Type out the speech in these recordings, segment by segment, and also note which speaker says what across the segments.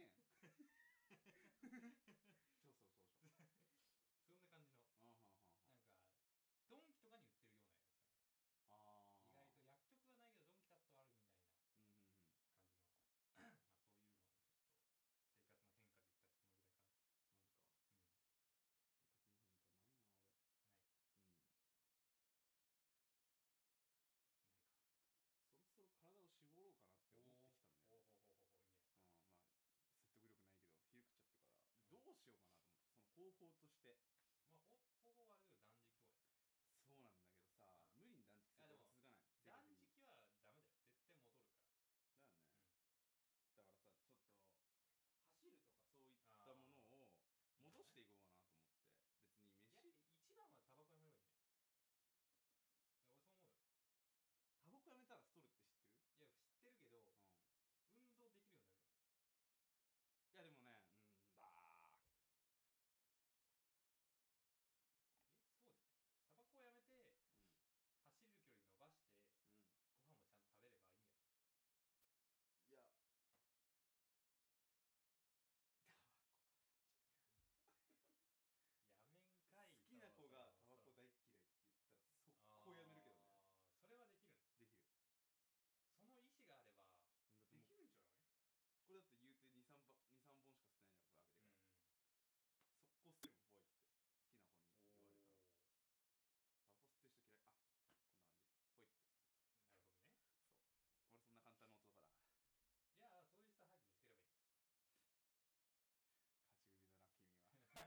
Speaker 1: けんそうそうそうそう
Speaker 2: そんな感じの
Speaker 1: あはんはんは
Speaker 2: なんんかドンキとかに売ってるようなやつか
Speaker 1: あ
Speaker 2: な
Speaker 1: ー
Speaker 2: 意外と薬局はないけどドンキだとあるみたいな
Speaker 1: うんうんうん
Speaker 2: 感じの まあそういうのをちょっと生活の変化で言ったらそのぐらいかな
Speaker 1: マジか
Speaker 2: うん
Speaker 1: 生活の変化ないな俺
Speaker 2: ない
Speaker 1: うん
Speaker 2: ないか
Speaker 1: そろそろ体を絞ろうかなって思ってきたんだよ
Speaker 2: おーおーおーおーおーいいんじゃ
Speaker 1: う
Speaker 2: ない
Speaker 1: んまあ説得力ないけどひるくっちゃってるからで
Speaker 2: うん
Speaker 1: どうしようかなと思ってその方法として
Speaker 2: まあほ方法はあれ
Speaker 1: そう
Speaker 2: だけど断食とか
Speaker 1: なんだけどさ
Speaker 2: うん
Speaker 1: 無理に断食する
Speaker 2: いや
Speaker 1: と
Speaker 2: でも
Speaker 1: 続かない
Speaker 2: だよ断
Speaker 1: 性格的に
Speaker 2: 食はダメだよ絶対戻るから
Speaker 1: だよね
Speaker 2: うん
Speaker 1: だからさちょっと走るとかそういったものを戻していこうかなと思って別に飯
Speaker 2: あーいや一番はタバコやめればいいんじゃないいや俺そう思うよ
Speaker 1: タバコやめたら太るって知ってる
Speaker 2: いや知ってるけ
Speaker 1: う
Speaker 2: ど
Speaker 1: ん
Speaker 2: 運動できるようになるじ
Speaker 1: い
Speaker 2: ゃん
Speaker 1: やでもねうんだ
Speaker 2: え
Speaker 1: ーうん、
Speaker 2: そうじゃないタバコをやめて走る距離伸ばして
Speaker 1: うん、
Speaker 2: ご飯もちゃんと食べればいいんじゃない
Speaker 1: いやタバコまでやっちゃった
Speaker 2: やめんかい
Speaker 1: 好きな子がタバコ大っ嫌
Speaker 2: で
Speaker 1: いって言ったら速攻やめるけどね
Speaker 2: それはできるの
Speaker 1: できる
Speaker 2: その意思があれば
Speaker 1: だって
Speaker 2: で
Speaker 1: もう
Speaker 2: きるんじゃない
Speaker 1: これだって言うて23本23本しか捨てないじゃんこれ開けて
Speaker 2: う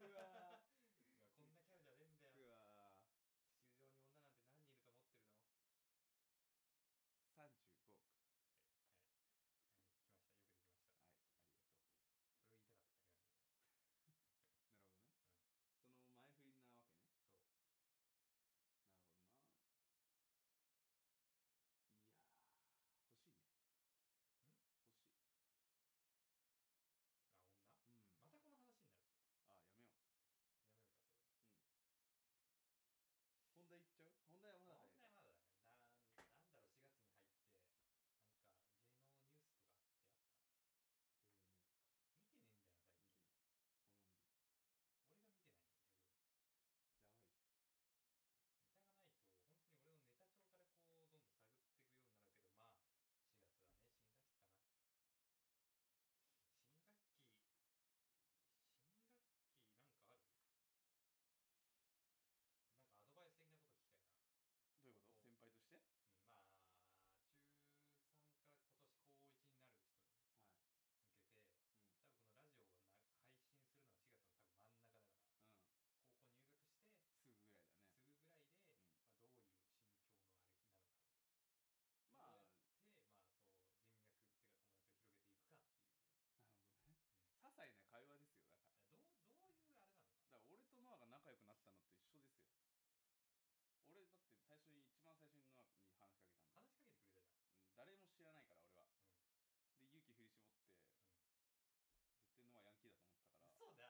Speaker 1: うわ
Speaker 2: いやこんなキャラじゃねえんだ
Speaker 1: ーう
Speaker 2: よ
Speaker 1: わ
Speaker 2: 地球上に女なんて何人いると思ってる
Speaker 1: ー35億はいありがと
Speaker 2: のはいできましたよくできましたそれを言いたかっただけなんで今
Speaker 1: うなるほどね、
Speaker 2: うん
Speaker 1: その前振りなわけね
Speaker 2: そう
Speaker 1: なるほどないやー欲しいね欲しいうんあやめよう本題いっちゃう 本題はまだ早い映画のやつか見てね俺も見てねやばいじゃんどういうこと先輩としてはいうんうんすぐぐらいだねうんま
Speaker 2: んあ女またこの話になるやめようかそれ問題まだだねなんなんだろう4月に入ってなんか芸能ニュースとかってあった見てねえんだよな最近俺が見てないの逆にネタがないと本当に俺のネタ帳からこうどんどん探っていくようになるけどまあ4月はね新学期かな新学期新学期なんかあるなんかアドバイス的なこと聞きたいなおうんまあ中3から今年高1になる人に向けて多分このラジオがな配信するのは4月の多分真ん中だから高校入学してすぐぐらいで、まあ、どういう心境のあれなのかでまあそう人脈っていうか友達を広げていくかっていう
Speaker 1: あなるほどね
Speaker 2: うん
Speaker 1: 些細な会話ですよだから
Speaker 2: どうどういうあれなのかな
Speaker 1: だから俺とノアが仲良くなったのと一緒ですよ俺だって最初に一番最初にノアに話しかけたんだよ
Speaker 2: 話しかけてくれたじゃん
Speaker 1: うん誰も知らないから俺は
Speaker 2: うん
Speaker 1: で勇気振り絞って
Speaker 2: うん
Speaker 1: 絶対ノアヤンキーだと思ってたから
Speaker 2: そうだ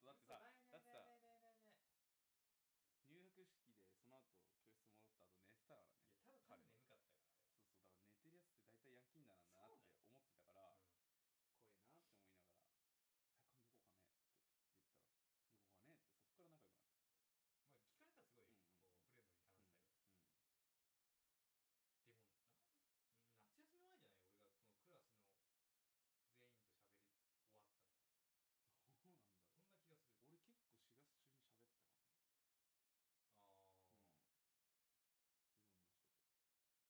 Speaker 1: 本当だってさだってさ
Speaker 2: さ
Speaker 1: 入学式でその後教室戻った後寝てたからね
Speaker 2: いやただ単に眠かったからあれ
Speaker 1: そうそうだから寝てるやつって大体ヤンキーにならんなっ
Speaker 2: そう
Speaker 1: て
Speaker 2: だ
Speaker 1: 思ってた
Speaker 2: よ
Speaker 1: から
Speaker 2: は、う
Speaker 1: 怖えなって思いながら「え今度どこかね?」って言ったら「どこかね?」ってそこから仲良くなったうんうんうんうんう
Speaker 2: んまあ聞かれたらすごいこうフレンドリーに話すタイプだ
Speaker 1: ん
Speaker 2: でもなん夏休み前じゃない俺がこのクラスの全員と喋り終わったのは
Speaker 1: どうなんだろ
Speaker 2: そ
Speaker 1: うん
Speaker 2: な気がする
Speaker 1: 俺結構4月中に喋ったか
Speaker 2: あ
Speaker 1: な
Speaker 2: あ、
Speaker 1: うんいろんな人と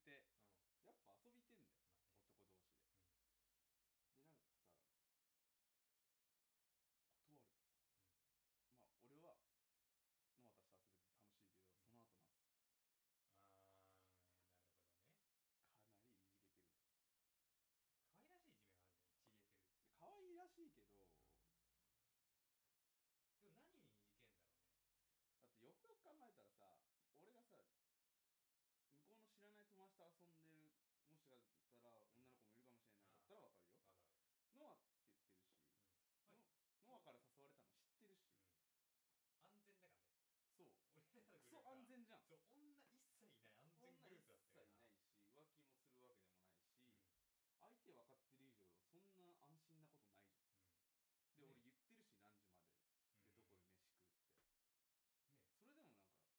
Speaker 1: 遊びてんだよ男同士で、でなんかさ断るとさ、まあ俺は野俣氏と遊べて楽しいけど、その後なんですよ
Speaker 2: あーなるほどね
Speaker 1: かなりいじけてる
Speaker 2: 可愛らしい一面あるね一
Speaker 1: で可愛いらしいけどだってよ
Speaker 2: 芸てるでも何にいじけんだろうね
Speaker 1: くよく考えたらさ俺がさ向こうの知らない友達と遊んでるもしかしたら女の子もいるかもしれないだったらわかるよ
Speaker 2: わ
Speaker 1: ノ
Speaker 2: かる
Speaker 1: アって言ってるし、
Speaker 2: はい
Speaker 1: ノノアから誘われたの知ってるし、
Speaker 2: 安全だからね
Speaker 1: そう
Speaker 2: 俺らのグルー
Speaker 1: ク
Speaker 2: プ
Speaker 1: ソ
Speaker 2: は
Speaker 1: 安全じゃん
Speaker 2: そう女一切いない安
Speaker 1: 女一切いないし浮気もするわけでもないし、相
Speaker 2: 全グループだったよな
Speaker 1: 手分かってる以上そんな安心なことないじゃんで、
Speaker 2: ね
Speaker 1: 俺言ってるし何時まででど
Speaker 2: うんうん
Speaker 1: こで飯食うってそれで
Speaker 2: ね
Speaker 1: もなん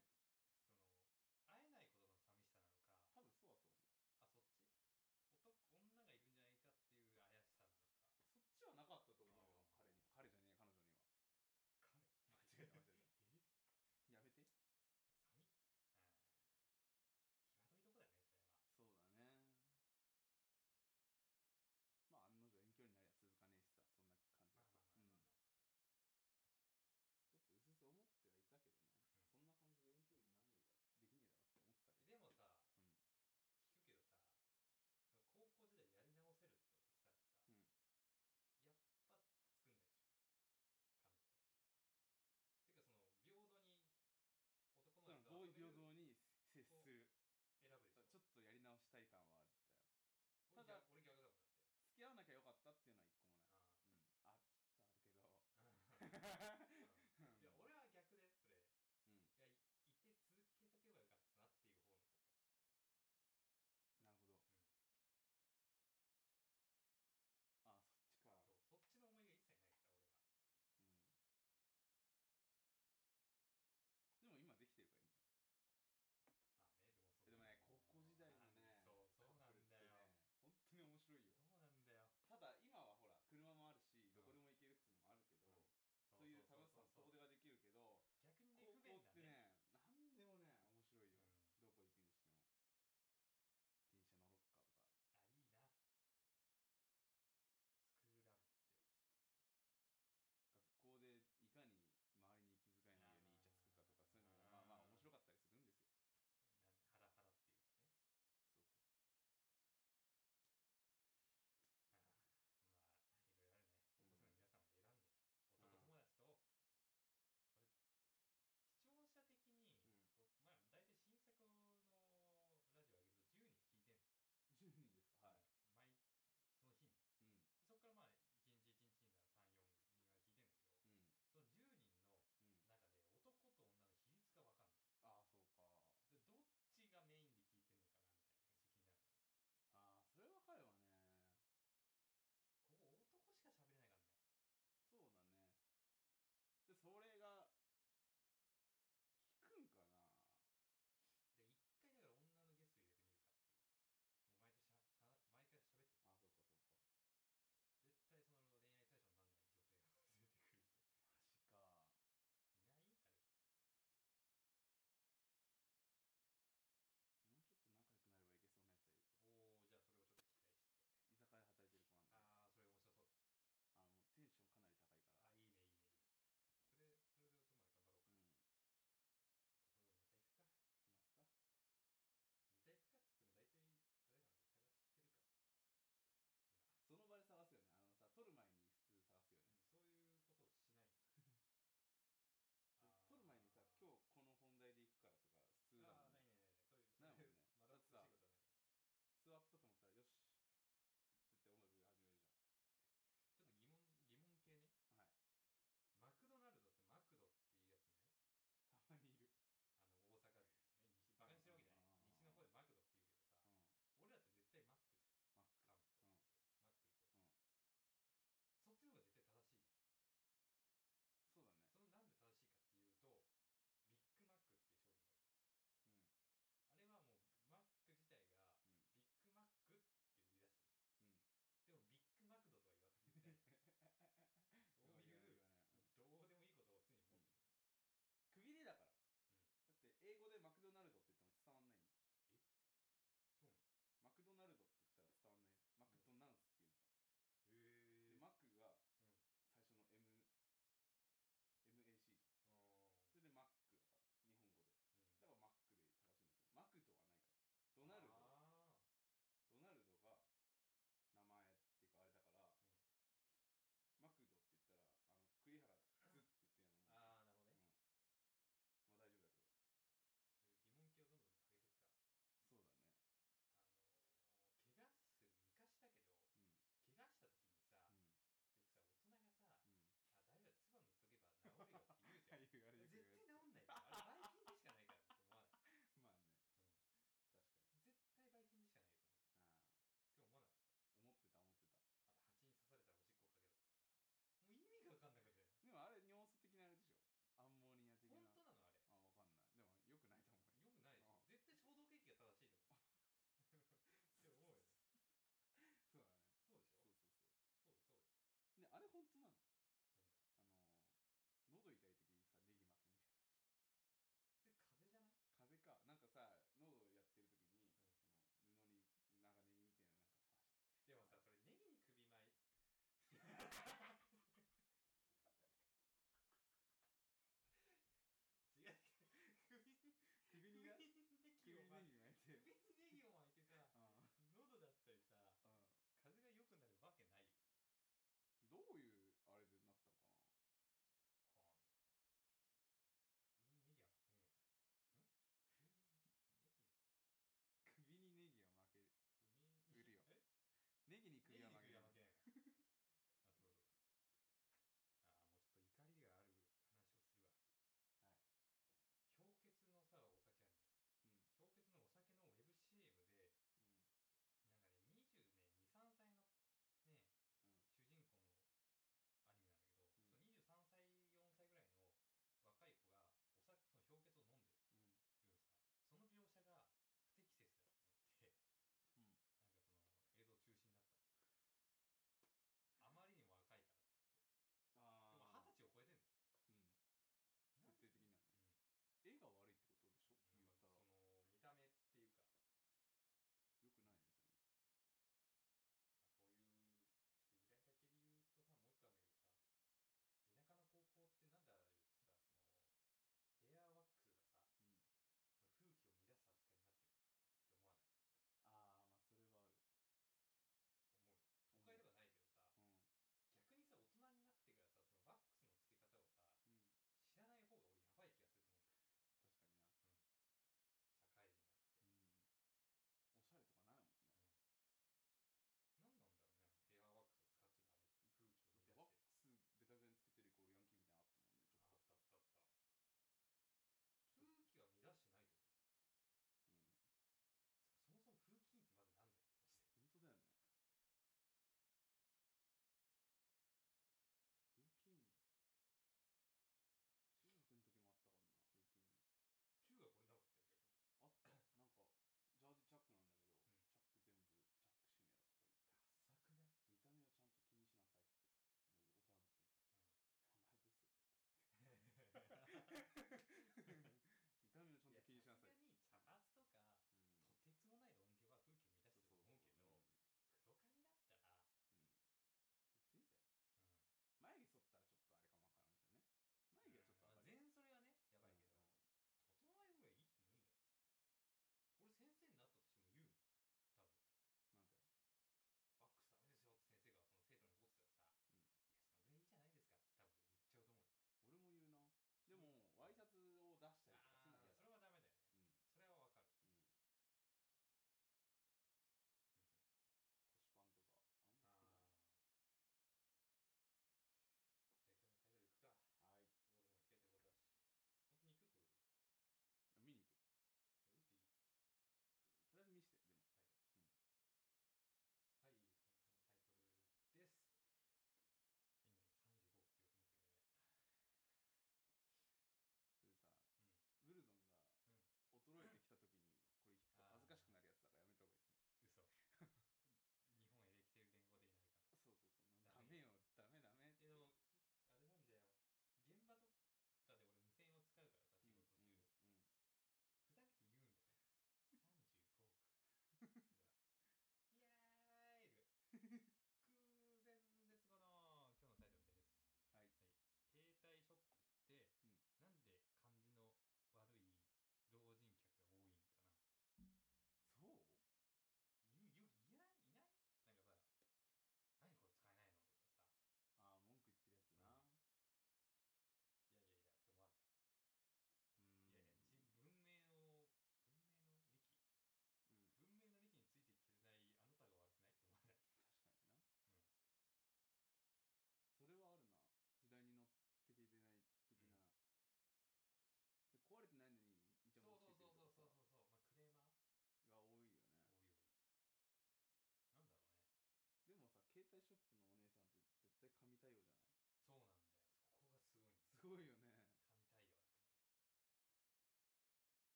Speaker 1: か大変だったからね
Speaker 2: それ何その会えないことの寂しさなのか
Speaker 1: 多分そうだと思う
Speaker 2: あそっち男女がいるんじゃないかっていう
Speaker 1: そっち
Speaker 2: 怪しさなのか
Speaker 1: はなかったと思うよ
Speaker 2: あー
Speaker 1: 彼に彼じゃねえ彼女には
Speaker 2: 彼間
Speaker 1: 違えた間違え
Speaker 2: え
Speaker 1: やめてそうだね
Speaker 2: 寒いうん際どいとこだよねそれは
Speaker 1: まあ案の定遠距離になりゃ続かねえしさそんな感じ
Speaker 2: ま
Speaker 1: だ
Speaker 2: あ
Speaker 1: と
Speaker 2: まあまあ
Speaker 1: うん
Speaker 2: まあまあ
Speaker 1: ちょっとうすうす思ってはいたけどね、そんな感じで遠距離になんねえからできねえだろって思ってたけどうん
Speaker 2: でもさ、聞くけどさその高校時代やり直せるとしたら
Speaker 1: う
Speaker 2: さ、
Speaker 1: ん
Speaker 2: やっぱ作んないでしょ彼
Speaker 1: だから合意平等に接するちょっとやり直したい感はあったよただ付き合
Speaker 2: 女とてかその平等に男の人を選ぶでしょ俺逆俺逆だもんだって
Speaker 1: わなきゃよかったっていうのは一個もない
Speaker 2: あ
Speaker 1: うんあちょっとあるけど
Speaker 2: あ
Speaker 1: うん
Speaker 2: いや俺は逆でそれ
Speaker 1: うん
Speaker 2: いやいいて続けとけばよかったなっていう方の後悔
Speaker 1: なるほど、あそっちか
Speaker 2: んそうそっちの思いが一切ないから俺は
Speaker 1: うんでも今できてるからいいんじ
Speaker 2: まあねでもそ
Speaker 1: ゃんでもね高校時代のね
Speaker 2: そうそうなんだよ、
Speaker 1: カップルってね本当に面白いよ
Speaker 2: そうなんだよ
Speaker 1: ただ今はほら車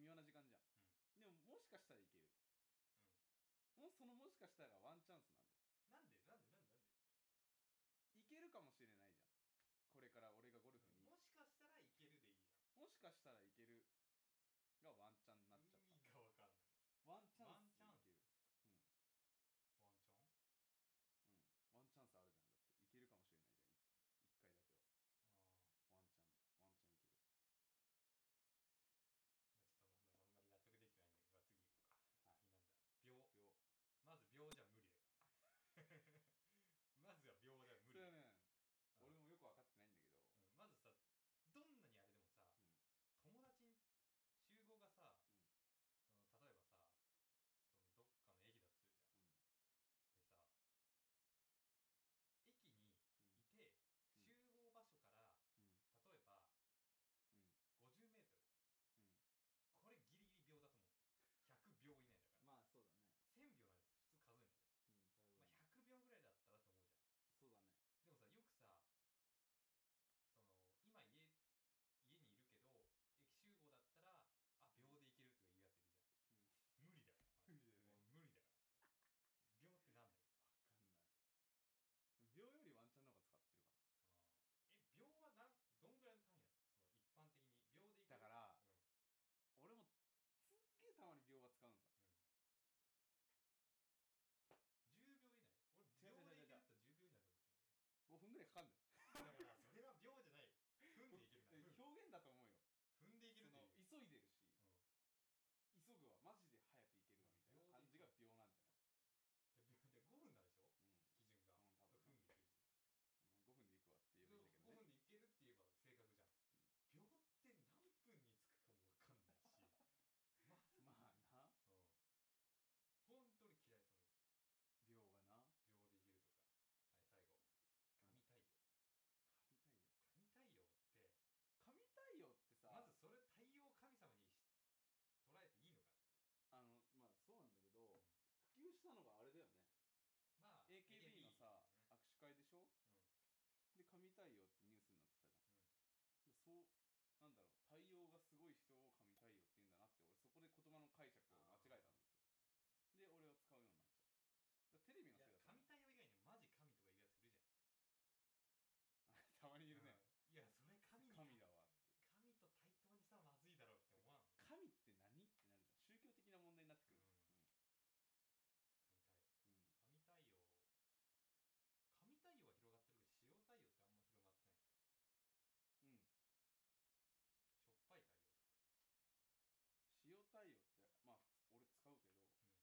Speaker 1: しかしたらいける。もうそのもしかしたらワンチャンスなんだよ。
Speaker 2: なんでなんでなんでなん
Speaker 1: い
Speaker 2: で
Speaker 1: けるかもしれないじゃん。これから俺がゴルフに。
Speaker 2: もしかしたらいけるでいいやん
Speaker 1: もしかしたらいけるがワンチャンになっちゃっ
Speaker 2: 意
Speaker 1: た。
Speaker 2: 味がわかんない
Speaker 1: ワンチャン
Speaker 2: ワン
Speaker 1: ス
Speaker 2: チャ
Speaker 1: い
Speaker 2: ン
Speaker 1: ける。
Speaker 2: ワンチ
Speaker 1: うん。
Speaker 2: ャン
Speaker 1: ワンチャンスあるじゃん。だっていけるかもしれないじゃん。い一回だけは。ワンチャン、ワンチャンいける。
Speaker 2: まあちょっとまだあんまり納得できてないんだけど、まあ、次行こう
Speaker 1: はい
Speaker 2: か、次なんだ秒
Speaker 1: 秒。
Speaker 2: まず秒じゃ無理だよまずは秒
Speaker 1: そ
Speaker 2: じゃ無
Speaker 1: れ
Speaker 2: 理
Speaker 1: は
Speaker 2: だよ、
Speaker 1: ね、俺も よく分かってないんだけど、
Speaker 2: うんまずさどんなにあれでも
Speaker 1: んうん
Speaker 2: さ、友達に集合がさ、その例えばさそのどっかの駅だとするじゃんでさ駅にいて、
Speaker 1: うん
Speaker 2: 集合場所から、
Speaker 1: うん
Speaker 2: 例
Speaker 1: う
Speaker 2: えば、
Speaker 1: ん
Speaker 2: 50メートル、
Speaker 1: うん
Speaker 2: これギリギリ秒だと思う100秒以内だか
Speaker 1: ま
Speaker 2: ら、
Speaker 1: あそうだね。
Speaker 2: 1000秒なんて普通数えないじゃん、
Speaker 1: うん、
Speaker 2: まあ、100秒ぐらいだった
Speaker 1: そうだね。
Speaker 2: らって思うじゃんでもさよくさその今家家にいるけど駅集合だったらあ秒で行けるとか言うやついるじゃん、無理だよ
Speaker 1: 無理だよね
Speaker 2: もう無理だよ秒っ
Speaker 1: わかんない。秒よ
Speaker 2: てなんだよ
Speaker 1: りワンチャンの方が使ってるか
Speaker 2: え秒はなんどんぐらいの単位なのその
Speaker 1: だからな。俺もすっげ
Speaker 2: 一般的に秒でいくうん
Speaker 1: えたまに秒は使うんさ。違
Speaker 2: 10秒以内俺
Speaker 1: う
Speaker 2: 秒で
Speaker 1: 違う違う違う
Speaker 2: いけるって10秒以内だと思
Speaker 1: 5分ぐらいかかんない。え表現だと思うよ。
Speaker 2: うだからそれは秒じゃない踏んでいけるな踏ん踏んでいけ
Speaker 1: そ
Speaker 2: る
Speaker 1: の急いでるし、急ぐわ、マジで早く行けるわみたいな感じが秒なんじゃないうん。うん多分うん5
Speaker 2: っていううんで秒でゴールなんでしょ基準が踏んでいける
Speaker 1: 分で行くわって言えばいいんだけどね。まあな、秒がな。神対応。神対応ってさ、
Speaker 2: 5分でいけるって言えば正確じゃん秒って何 分につくかもわかんないしまあうん本当に嫌いその秒でいけるとかはい最後神対応神対応ってまずそれ太陽を神様にし捉え
Speaker 1: あの、まあそうなんだけど、普及したのがあれだよ
Speaker 2: ていいのか
Speaker 1: ね。
Speaker 2: まあ
Speaker 1: AKB のさ、
Speaker 2: ね
Speaker 1: 握手会でしょ、で、神対応ってニュースになってたじゃん。でそう、なんだろう、対応がすごい人を神対応って言うんだなって、俺そこで言葉の解釈を間違えたんですよ。で、俺は使うようになっちゃった。だからテレビ
Speaker 2: い
Speaker 1: の
Speaker 2: や
Speaker 1: せいだと思
Speaker 2: 神
Speaker 1: う
Speaker 2: 対応以外にマジ神とか言うやついるじゃ ん
Speaker 1: たまにいるね。
Speaker 2: うんいやそれ神に
Speaker 1: 神だわって。
Speaker 2: 神と対等にしたらまずいだろうって思わん
Speaker 1: 神っ
Speaker 2: 神
Speaker 1: て何ってなるじゃん。宗教的な問題になってくる。うん
Speaker 2: 対応神対応神対応は広がってるけど塩対応ってあんま広
Speaker 1: うん。塩
Speaker 2: がってないしょっぱい対応とか
Speaker 1: 対応って、まあ、俺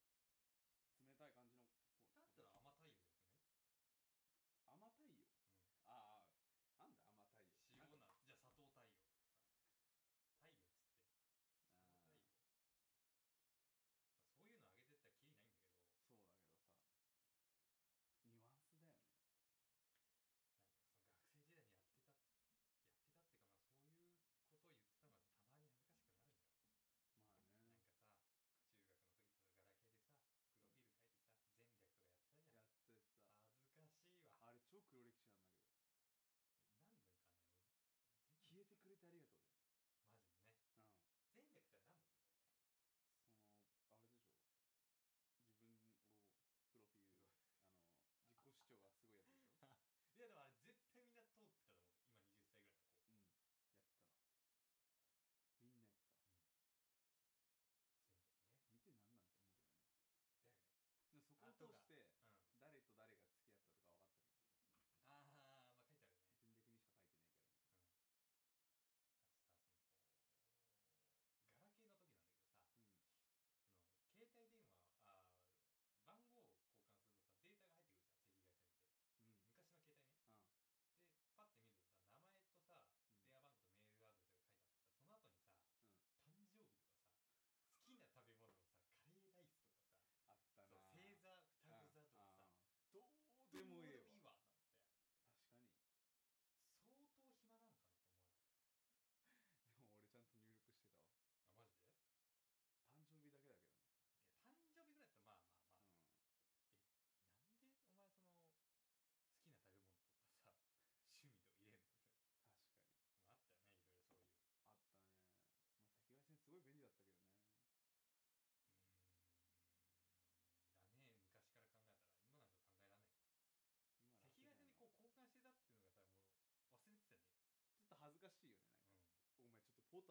Speaker 1: と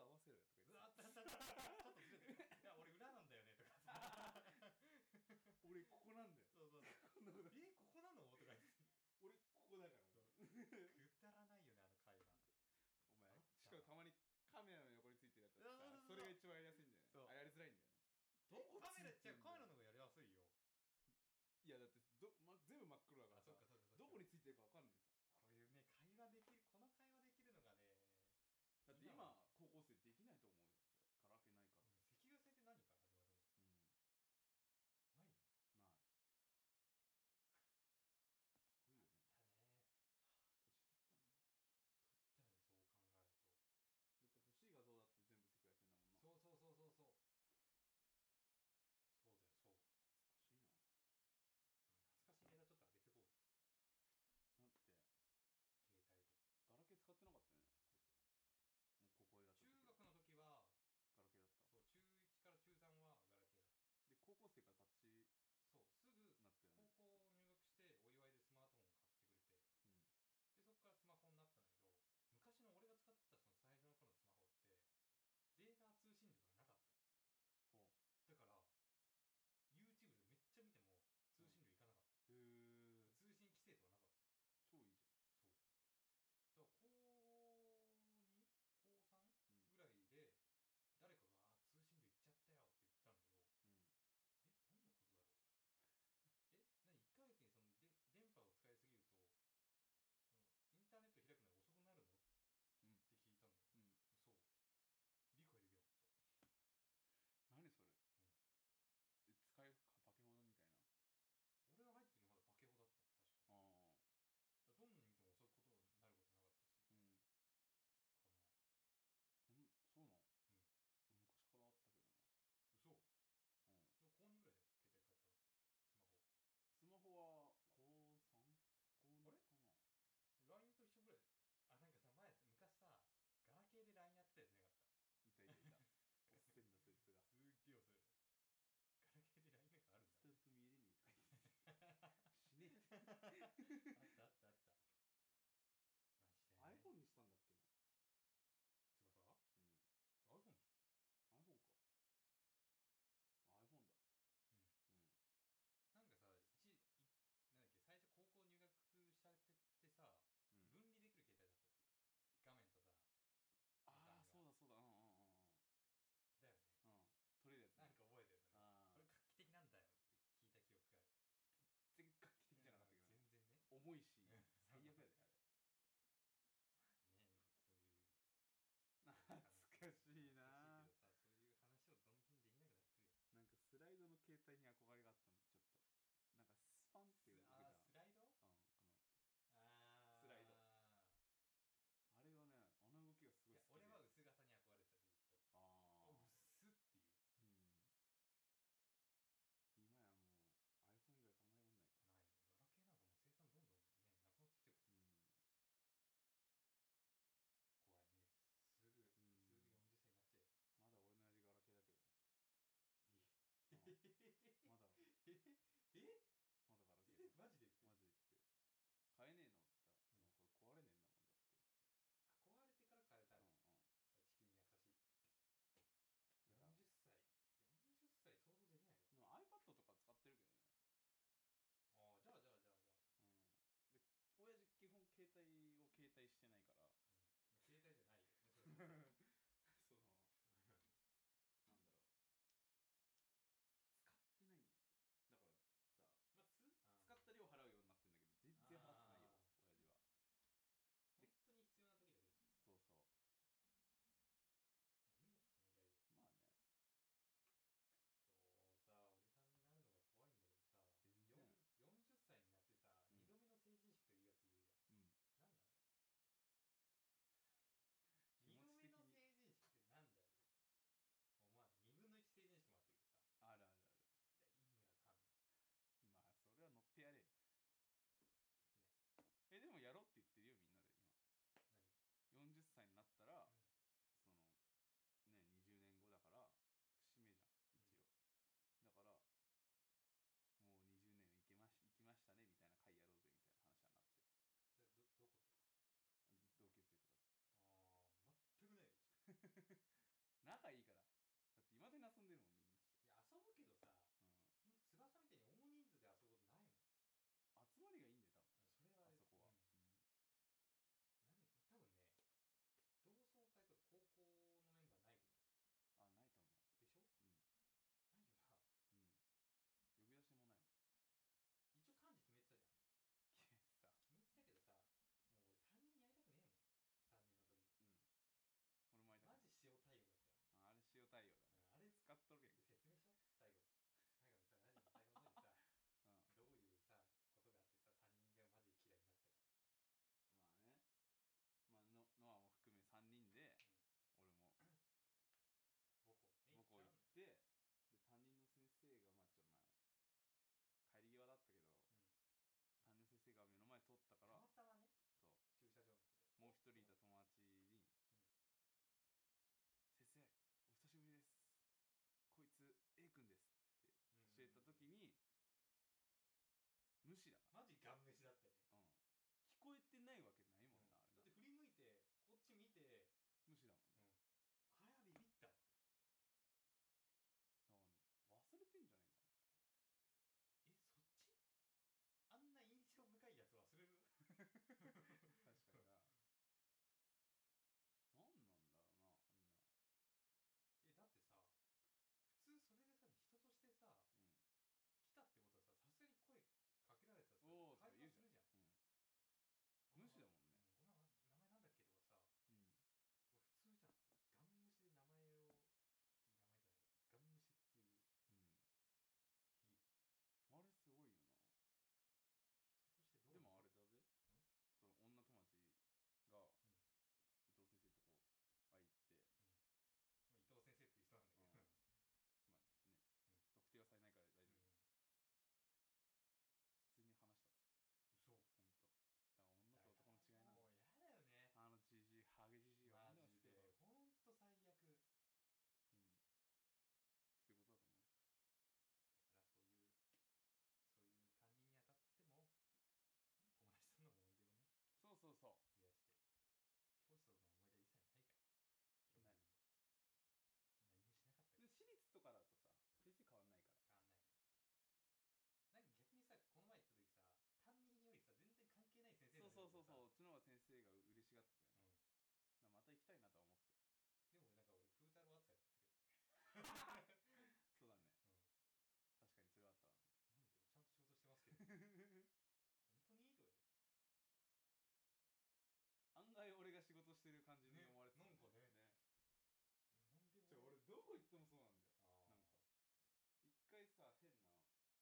Speaker 1: 合わせろよとか言
Speaker 2: うわ
Speaker 1: っ
Speaker 2: あったあったあったちょっとずれてるいや俺裏なんだよねとかさ
Speaker 1: て俺ここなんだよ
Speaker 2: そうそう
Speaker 1: こんなこと
Speaker 2: そうえここなのとか言って
Speaker 1: 俺ここだから
Speaker 2: そう
Speaker 1: お
Speaker 2: くだらないよねあの会話
Speaker 1: 前しかもたま
Speaker 2: あった
Speaker 1: にカメラの横についてるやつだったら
Speaker 2: そうそう
Speaker 1: そ
Speaker 2: そう
Speaker 1: れが一番やりやすいんじゃ
Speaker 2: そ
Speaker 1: ないあやりづらいんだよね
Speaker 2: うどこカメラ
Speaker 1: ついてん
Speaker 2: じゃカメラ
Speaker 1: の
Speaker 2: の方がやりやすい
Speaker 1: い
Speaker 2: よ
Speaker 1: やだってど、ま、全部真っ黒だ
Speaker 2: あ
Speaker 1: から
Speaker 2: そ
Speaker 1: さ
Speaker 2: っかそっかそっか
Speaker 1: どこについてるかわかんない
Speaker 2: こういうね会話できるこの会話できるのがね
Speaker 1: だって今高校生できないと思うよそれカラオケないから、ないすごいよねだ
Speaker 2: 赤行線って何から始まるのないよねだね
Speaker 1: って欲しい画像だって全部赤外線だもんなしいなだってガラケー使ってなかったよね最初もう高校だった時はガラケーだったで高校生からタッチになったよねうんほうへえ超いいじゃんうん
Speaker 2: そう考えるとそうそうそうそうそうそうだよそう懐かしいネタちょっと上げてこうぜ携帯と中学の時はそう中1から中3はガラケーだったそうすぐ高校入学してお祝いでスマートフォンを買ってくれてでそこからスマホになったんだけど昔の俺が使ってたその最初の頃のスマホってデータ通信量とかなかっただから YouTube でめっちゃ見ても通信量いかなかった、通信規制とかなかっただから高2高3ぐらいで誰かがあ「通信量いっちゃったよ」って言ってたんだけど
Speaker 1: うん
Speaker 2: え何のことだろうえ何1ヶ月にそので電波を使いすぎるとそのインターネット開くのが遅くなるの、
Speaker 1: うん
Speaker 2: って聞いたんだよ
Speaker 1: うん
Speaker 2: そう理解できなかった
Speaker 1: 何それ、え使いパケほどみたいな
Speaker 2: 俺が入った時まだパケホだったの確か
Speaker 1: ああ
Speaker 2: だからどんなに見ても遅くことになることな
Speaker 1: うんうんそうなの昔からあったけどなうん
Speaker 2: かったしかな嘘でも高2ぐらいだよ携帯買ったのスマホ
Speaker 1: スマホは高三高二
Speaker 2: あ
Speaker 1: か
Speaker 2: れ
Speaker 1: な
Speaker 2: LINE と一緒ぐらいあなんかさ前昔さガラケーで LINE やってたや
Speaker 1: いたいたいたおっせんだそいつが
Speaker 2: つなかったすっげえ遅いガラケーで LINE なんかあ
Speaker 1: スタ
Speaker 2: るんだ
Speaker 1: ンプ見れねえとか言って 死ねえ
Speaker 2: あったあったあった。
Speaker 1: iPhone にしたんだっけなうん iPhone か iPhone だうん
Speaker 2: マジで。翼 iPhone でしょなんかさ、一、いなんだっけ、最初高校入学されてってさ、
Speaker 1: うん
Speaker 2: 分離できる携帯だったじゃん。画面とさ、
Speaker 1: ああそうだそうだうんうんうん
Speaker 2: だよね。
Speaker 1: うんうん取れるやつね
Speaker 2: なんか覚えてる
Speaker 1: ああ全画期的じゃなかったけどな
Speaker 2: それ。これ画期的なんだよって聞いた記憶がある。全然ね。
Speaker 1: 重いし最悪やであれ懐かしいななんかスライドの携帯に憧れがあったんでちょっとなんかスパンっていうの
Speaker 2: うんねそういう。懐かしいけどさ、そういう話を存分にできなくなってくるよ。
Speaker 1: が出たうんこのスライド
Speaker 2: あー、スライ ドあー
Speaker 1: あれがねあの動きがすごい好きで
Speaker 2: いや、俺は薄型に憧れてた、ずっと。
Speaker 1: ああ
Speaker 2: 薄
Speaker 1: うん
Speaker 2: っていう。
Speaker 1: 今やもう iPhone 以外考えられないか
Speaker 2: ないよね。ガラケーなんかもう生産どんどんね、なくなってきてるか
Speaker 1: うんまだ
Speaker 2: ら怖いね。すぐ、すぐ40歳になっちゃうよ。
Speaker 1: 俺の味ガラケーだけどね、うんまだ
Speaker 2: え
Speaker 1: 仲いいからだって今でに遊んでるもんみんな して、
Speaker 2: いや遊ぶけどさそんな翼みたいに大人数で遊ぶこと
Speaker 1: うん、集まりが
Speaker 2: ないもん
Speaker 1: いいんだよ多分
Speaker 2: それは
Speaker 1: あ
Speaker 2: ね
Speaker 1: そこは、
Speaker 2: うん
Speaker 1: うん
Speaker 2: なん多分ね同窓会とか高校のメンバーない
Speaker 1: あないと思ううん
Speaker 2: と思うでしょな
Speaker 1: うん
Speaker 2: いよな
Speaker 1: 呼び出しもないもん決めてた
Speaker 2: 一応幹事決めてたじゃん決めてたけどさもう俺
Speaker 1: うん俺も会いたかったああれ塩対応だね使っとるけどうんまあね、まあ、のノアも含め3人で、俺も母校行って、で担任の先生が、まあちょ、まあ、帰り際だったけど、担任の先生が目の前通ったから、そう、
Speaker 2: 担任やりたくねえもん3年の時マジ塩対応だったよねあれ説明しよう最後に最後にさラジオの最後の方にさどういうさことがあってさ担任がマジで嫌いになったか母校ね行っちゃうのたまたまね駐
Speaker 1: もう一
Speaker 2: 車場のとこで
Speaker 1: 人いた友達に、先生、お久しぶりです。こいつ、A 君です。教えた時に、無視だから。うん。聞こえてないわけないもんな、あれな無視だもんね。だから忘れてんじゃねえかな。確かにな。なんなんだろうな、あんな。うん。おーとか言うじゃんうん無視だもんねうん。うん。あれすごいよな。でもあれだぜその女友達が、伊
Speaker 2: マジガン飯だったよねだって振り向いてこっち見てあれはビビったわえそっちあんな印象深いやつ忘れるえだってさ普通それでさ人としてさ来たってことはささすがに声かけられたらさ会話するじゃんごめごめんわ名前なんだっけとかさ俺普通じゃんガン無視で名前を名前じゃないガン無視っていう日人としてどうん。ん
Speaker 1: 藤先生とこ、あ行って、
Speaker 2: まあ伊藤先生っていう人なんだ
Speaker 1: うんまあね、特
Speaker 2: けど、
Speaker 1: 定はされないから大丈夫。普通に話したっつ
Speaker 2: そう
Speaker 1: って。ほんと。だから女と男の違いなんだあのじじい、ハゲじじ
Speaker 2: もうやだよね
Speaker 1: いは女はしてるわ
Speaker 2: マジでほんと最悪だからそ
Speaker 1: うん。そういうことだと思うよ。そうそうそう。で私立とかだとさ先生変わんないからそうそうそうそう
Speaker 2: ういうそういう担任に当たっても友達との思い出をね増やして教師との思い出は一切ないから基本的に何もしなかったから変わんないよねなんか逆にさこの前行った時さ担任よりさ全然関係ない先生う
Speaker 1: うちの方が先生が嬉しがってたよねだ
Speaker 2: ん、
Speaker 1: からまた行きたいなとは思ってる
Speaker 2: でも俺なんか俺プータロー扱いされて
Speaker 1: そうだね確かにそれ
Speaker 2: るうん
Speaker 1: はあったわ
Speaker 2: なんでちゃんと仕事してますけど本当にとか言って
Speaker 1: 案外俺が仕事してる感じに
Speaker 2: ね
Speaker 1: 思われてた
Speaker 2: なんか
Speaker 1: ね
Speaker 2: ねえなんで
Speaker 1: ちょ俺どこ行ってもそうなんだよ
Speaker 2: あー
Speaker 1: なんか一回さ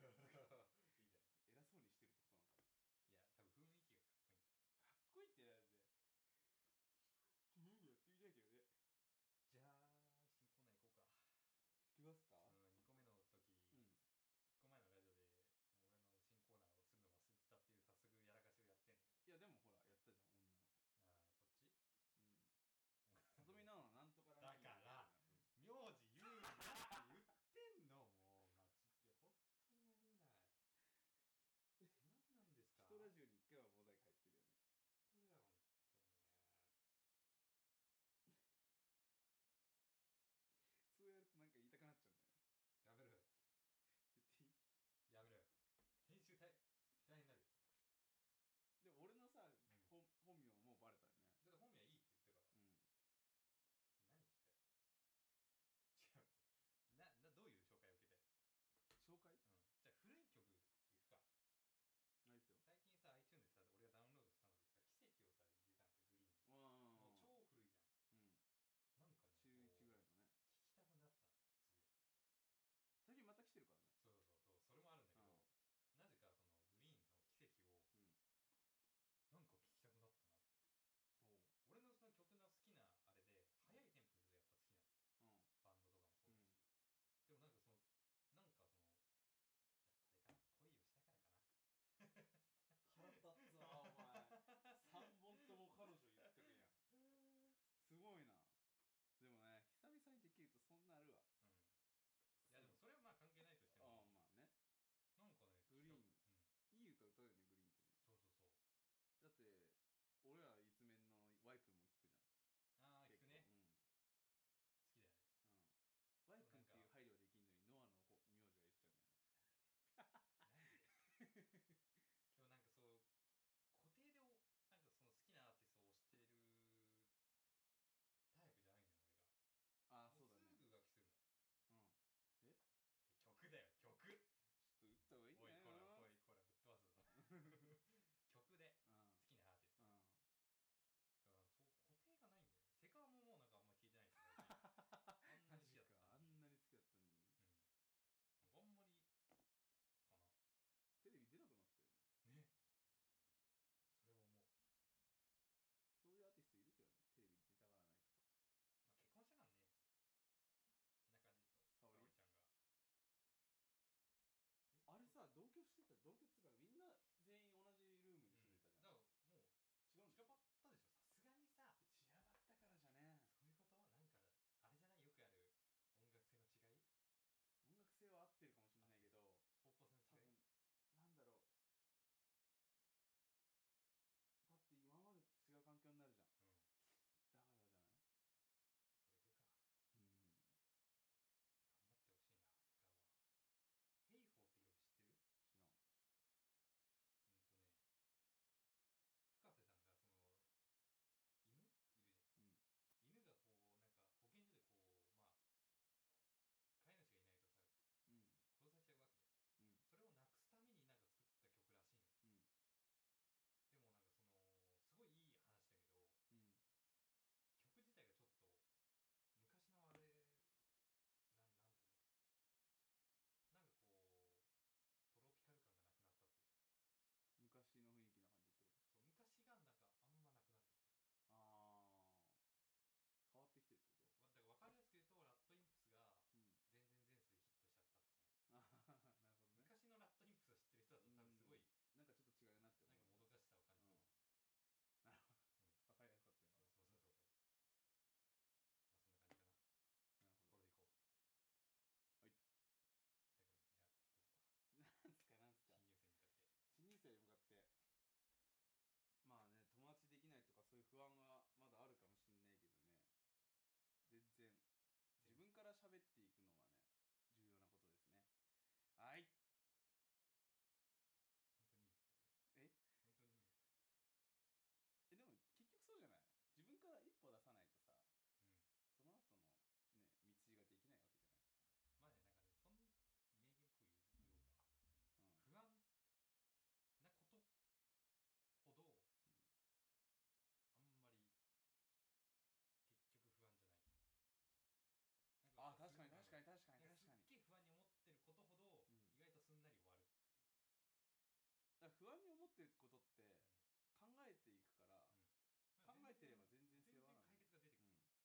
Speaker 1: 変なおじさんにさ、スナックにい
Speaker 2: ん
Speaker 1: たんだけど、
Speaker 2: うん
Speaker 1: 君なんか自営業かなんかやってるって言われたの、やってないっすよっつって、なんで聞いたんすかって言ったらいやなんかそういうオーラ偉そうにしてるってことなのかかっこいいってなんで自由にや ってみたいけどねいきますかうん
Speaker 2: いいじゃないいや多分雰囲気がかっこいいんだじゃあ新コーナー行こうかあの2個目の時、
Speaker 1: 同居っつうかみんな全員同じルームに住んでたじゃ
Speaker 2: だ
Speaker 1: ん、
Speaker 2: からもう
Speaker 1: 違うん
Speaker 2: 散
Speaker 1: だ
Speaker 2: らばったでしょさ
Speaker 1: 散らばったからじゃね
Speaker 2: すがにさそういうことなんかあれじゃないよくある音楽性の違い
Speaker 1: 音楽性は合ってるかもしれないけど
Speaker 2: 方向性
Speaker 1: 多
Speaker 2: の違
Speaker 1: 分なんだろうだって
Speaker 2: い
Speaker 1: 今までと違う環境になるじゃんだから
Speaker 2: うん
Speaker 1: じゃないうん
Speaker 2: それでか頑張ってほしいなてかヘイホーって曲知ってる
Speaker 1: 知らん
Speaker 2: うんとね深瀬さんがその犬いるじゃん
Speaker 1: うん
Speaker 2: 犬がこうなんか保健所でこうまあ飼い主がいないとさ
Speaker 1: うん
Speaker 2: 殺されちゃうわけじゃん、
Speaker 1: うん
Speaker 2: それをなくすためになん
Speaker 1: うん
Speaker 2: か作った曲らしいのでもなんかそのすごいいい話だけど
Speaker 1: うん
Speaker 2: 曲自体がちょっと昔のあれなんなんていうんだろうなんかこうトロピカル感がなくなったっていうか
Speaker 1: 昔の雰囲気 な感じってこと
Speaker 2: そう昔がなんかあんまなくなっ
Speaker 1: ああ変わっ
Speaker 2: てきた
Speaker 1: てきてるってこ
Speaker 2: わだから分かり
Speaker 1: とうんあーなるほどね
Speaker 2: やすく言うとラットインプスが全然前世でヒットしちゃったって感じ昔のラットイン
Speaker 1: なんかちょっと違うなって思うなるほど分かりやすかった
Speaker 2: プスを知ってる人だと多分すごいなんかもどかしさを感じたもん、
Speaker 1: よななるほどはいなんすかなんすか新入生に向かってまあね友達できないとかそういう不安はまだあるかもしんないけどね全然自分から喋っていく
Speaker 2: そうそうそうそうそうまあそんな感じかなこれでいこう最後にじゃあどうぞ新入生に向かって
Speaker 1: のはね重要なことですねはい
Speaker 2: 本当にい
Speaker 1: えでも結局そ
Speaker 2: いの
Speaker 1: うじゃない自分から一歩出さないとさその後のね道ができないわけじゃない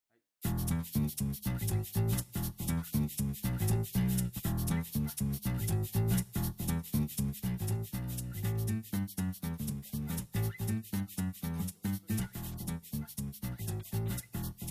Speaker 2: 本当に
Speaker 1: うんあ確かに確かに確かに確かにうんだから不安に思ってることって考えていくから考えてれば全然世話なんだうん
Speaker 2: いいのまあねなんかねそん名言っぽい言おうか不安なことほどあんまり結局不安じゃないなんにすっげえ不安に思ってることほど意外とすんなり終わる全然解決が出てくるです
Speaker 1: だってさ10